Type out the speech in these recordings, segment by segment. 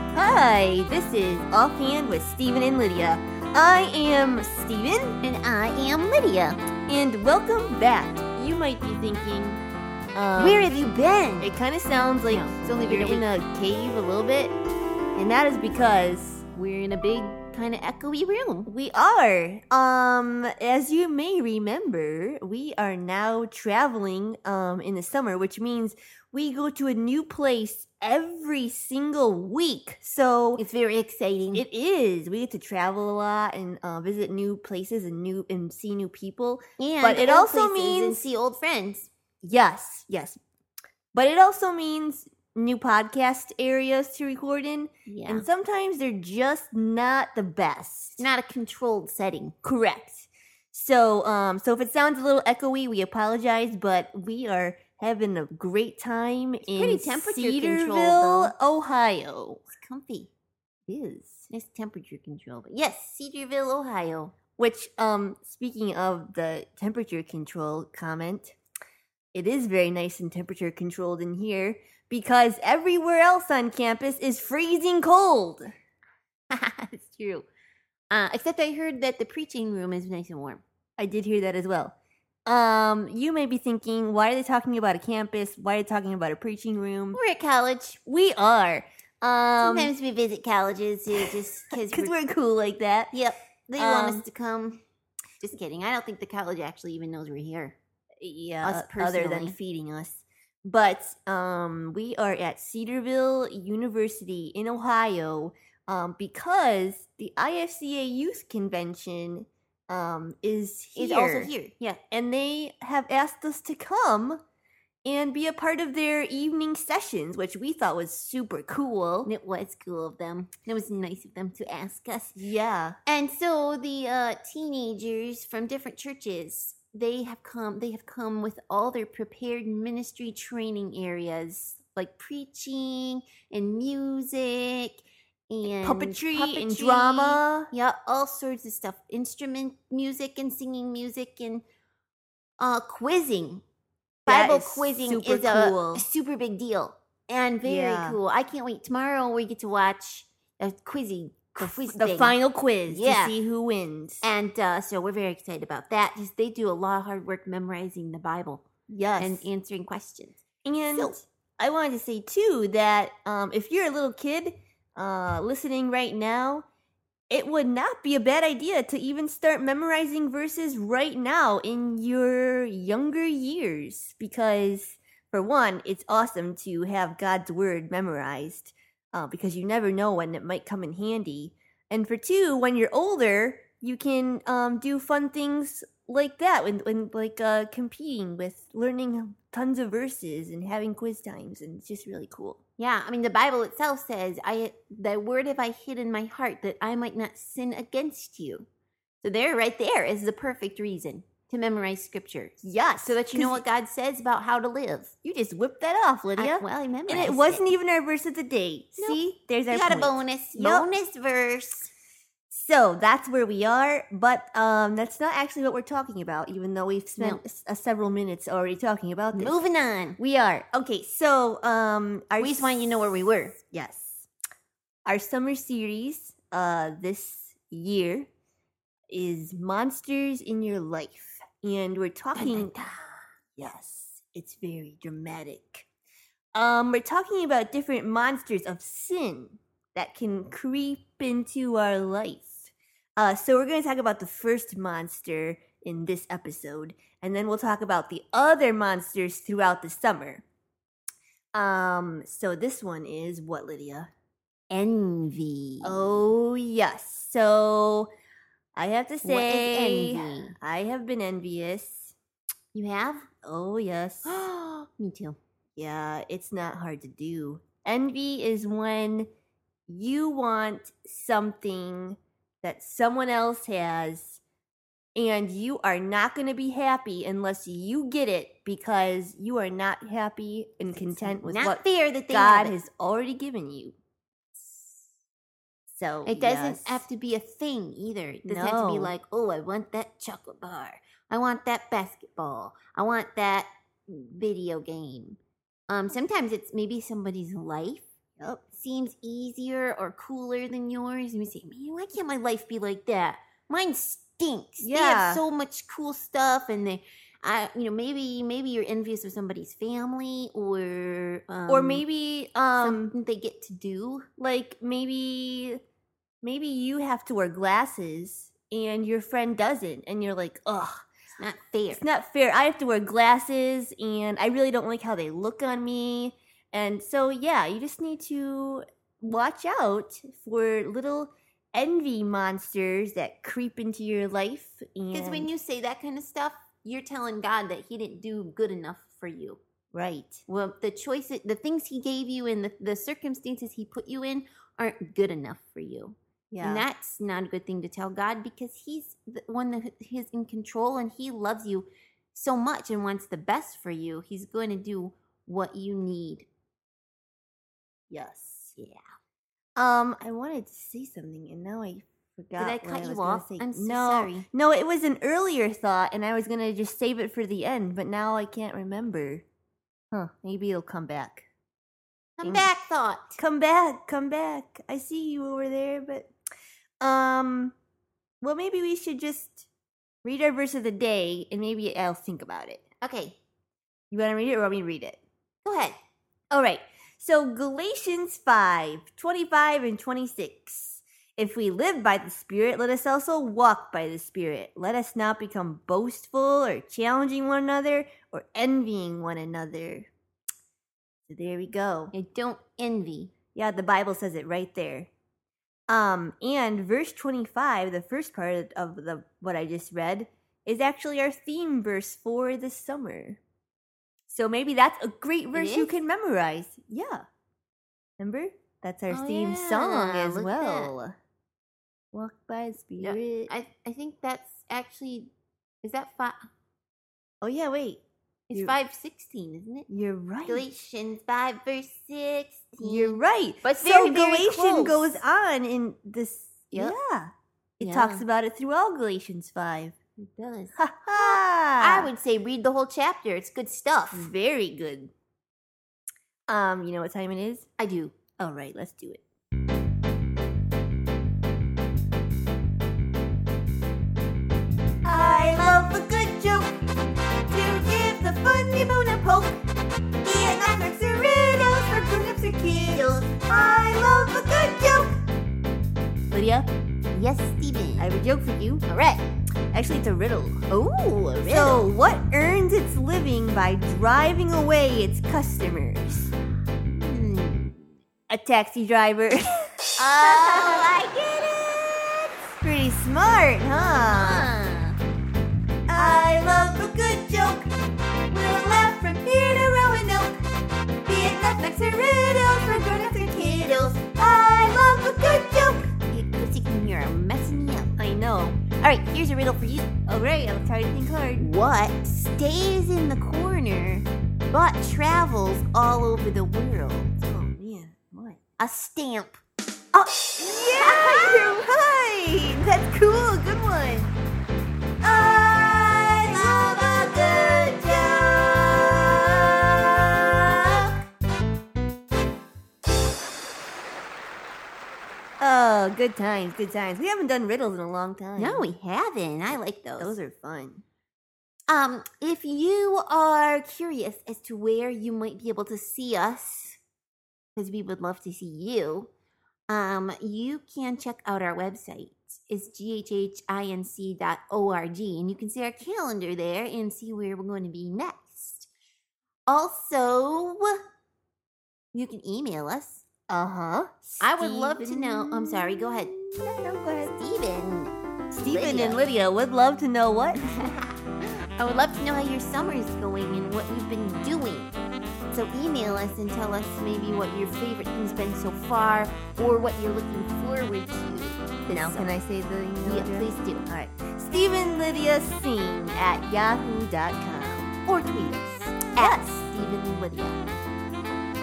way, this is Offhand with Stephen and Lydia. I am Stephen, And I am Lydia. and welcome back. You might be thinking, um, Where have you been? It kind of sounds like No, it's only you're you're in a cave a little bit, and that is because We're in a big, kind of echoey room. we are. Um, as you may remember, we are now traveling um in the summer, which means we go to a new place every single week. So It's very exciting. It is. We get to travel a lot and uh, visit new places and new and see new people. and but it old also places and means- see old friends. Yes, yes. But it also means new podcast areas to record in, Yeah. and sometimes they're just not the best. it's not a controlled setting. correct. So, um, so if it sounds a little echoey, we apologize, but we are having a great time in pretty temperature controlled, Cedarville, Ohio. It's comfy. It is. Nice temperature control. But yes, Cedarville, Ohio. Which, um, speaking of the temperature control comment, it is very nice and temperature controlled in here because everywhere else on campus is freezing cold. it's true. Uh, except I heard that the preaching room is nice and warm. I did hear that as well. Um, you may be thinking, why are they talking about a campus? Why are they talking about a preaching room? We're at college. We are. Um, Sometimes we visit colleges to just because because we're, we're cool like that. Yep. They want Um, us to come. Just kidding. I don't think the college actually even knows we're here. yeah, Us o- other than personally. feeding us. But um, we are at Cedarville University in Ohio um, because the IFCA Youth Convention um, is here, It's also here. Yeah. and they have asked us to come and be a part of their evening sessions, which we thought was super cool. And it was cool of them. It was nice of them to ask us. Yeah, And so the uh, teenagers from different churches, they have come. They have come with all their prepared ministry training areas, like preaching and music and puppetry, and puppetry. drama. Yeah, all sorts of stuff. Instrument music and singing music and uh quizzing. That Bible is quizzing super is a cool. super big deal and very Yeah. cool. I can't wait. Tomorrow we get to watch a quizzing The, quiz the thing. final quiz Yeah. to see who wins. and uh, so we're very excited about that because they do a lot of hard work memorizing the Bible yes, and answering questions. And So- I wanted to say too that um, if you're a little kid uh, listening right now, it would not be a bad idea to even start memorizing verses right now in your younger years because, for one, it's awesome to have God's word memorized uh, because you never know when it might come in handy. And for two, when you're older, you can um, do fun things like that when, when like uh, competing with learning tons of verses and having quiz times and it's just really cool Yeah, I mean the Bible itself says, "I the word have I hid in my heart that I might not sin against you." So there, right there, is the perfect reason to memorize scripture, yeah so that you know what God says about how to live. you just whipped that off lydia I, well, I memorized and it wasn't even our verse of the day Nope. see there's our You got a point. bonus, Yep. bonus verse. so that's where we are but um that's not actually what we're talking about even though we've spent No. s- uh, several minutes already talking about this Moving on. we are okay so um our We just want you to know where we were. Yes. Our summer series uh, this year is Monsters in Your Life. And we're talking. Yes, it's very dramatic. Um, we're talking about different monsters of sin that can creep into our life. Uh, so we're going to talk about the first monster in this episode, and then we'll talk about the other monsters throughout the summer. Um, so this one is what, Lydia? Envy. Oh yes. So I have to What is say, envy? I have been envious. you have? Oh yes. Me too. yeah, it's not hard to do. Envy is when you want something that someone else has and you are not going to be happy unless you get it because you are not happy and content with Not what fair that they God have it. has already given you. So It doesn't yes. have to be a thing either. It doesn't have to be No. like, oh, I want that chocolate bar. I want that basketball. I Hmm. want that video game. Um, sometimes it's maybe somebody's life oh, seems easier or cooler than yours. And we say, man, why can't my life be like that? Mine stinks. They Yeah. have so much cool stuff, and they, I, you know, maybe maybe you're envious of somebody's family, or um, or maybe um something they get to do. like maybe maybe you have to wear glasses and your friend doesn't and you're like, "Ugh, It's not fair. it's not fair. I have to wear glasses and I really don't like how they look on me." And so yeah, you just need to watch out for little envy monsters that creep into your life and Because when you say that kind of stuff, you're telling God that He didn't do good enough for you. right. Well, the choices, the things He gave you, and the, the circumstances He put you in aren't good enough for you. Yeah. And that's not a good thing to tell God because He's the one that is in control and He loves you so much and wants the best for you. He's going to do what you need. yes. Um, I wanted to say something and now I forgot. Did I what cut was you gonna off? say. I'm so no, sorry. No, it was an earlier thought, and I was gonna just save it for the end, but now I can't remember. Huh? Maybe it'll come back. Come Mm. back, thought. Come back, come back. I see you over there, but um, well, maybe we should just read our verse of the day, and maybe I'll think about it. Okay, You wanna read it, or want me to read it? go ahead. All right. So Galatians 5 25 and 26. If we live by the Spirit, let us also walk by the Spirit. Let us not become boastful or challenging one another or envying one another. So there we go. I don't envy. Yeah, the Bible says it right there. Um, and verse 25, the first part of the what I just read, is actually our theme verse for the summer. So maybe that's a great verse you is? can memorize. Yeah. Remember? That's our Oh, theme song yeah, as look at well. Walk by the Yeah, spirit. I, I think that's actually, is that five? oh yeah, wait. It's You- 516, isn't it? You're right. Galatians 5, verse 16. You're right. But so very, very Galatian close. goes on in this. Yep. Yeah. It Yeah. talks about it through all Galatians 5. It does. Ha ha! Mm. I would say read the whole chapter. It's good stuff. Very good. Um, you know what time it is? I do. All right, let's do it. I love a good joke to give the funny bone a poke. The economics are riddles for grown-ups or kiddos. I love a good joke. Lydia, Yes, Steven. I have a joke for you. All right. Actually, it's a riddle. Oh, So, what earns its living by driving away its customers? Hmm. A taxi driver. Oh, I get Pretty smart, huh? it. I love a good joke. We'll laugh from here to Roanoke. Be it Netflix or riddles for grown-ups or kiddos. I love a good joke. Huh. You pussy can hear him messing me up. I know. All right, here's a riddle for you. All right, I'll try to think hard. What stays in the corner but travels all over the world? Oh man, what? A stamp. Oh, yeah, you're right. That's cool. Good one. I love a good joke. Oh, good times, good times. We haven't done riddles in a long time. No, we haven't. I like those. those are fun. Um, if you are curious as to where you might be able to see us, because we would love to see you, um, you can check out our website. It's ghhinc.org, and you can see our calendar there and see where we're going to be next. Also, you can email us. Uh huh. I would love to know. I'm sorry, go ahead. No, no, go ahead. Steven. Stephen Lydia. and Lydia would love to know what. I would love to know how your summer is going and what you've been doing. So email us and tell us maybe what your favorite thing's been so far or what you're looking forward to. this Now, can summer. I say the email Yeah, address? please do. All right. Stephen Lydia Singh at yahoo.com. Or tweet us at Stephen Lydia.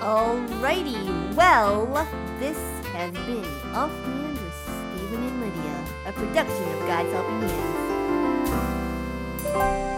Alrighty. Well, this has been Offhand with Stephen and Lydia, a production of God's Helping Hands.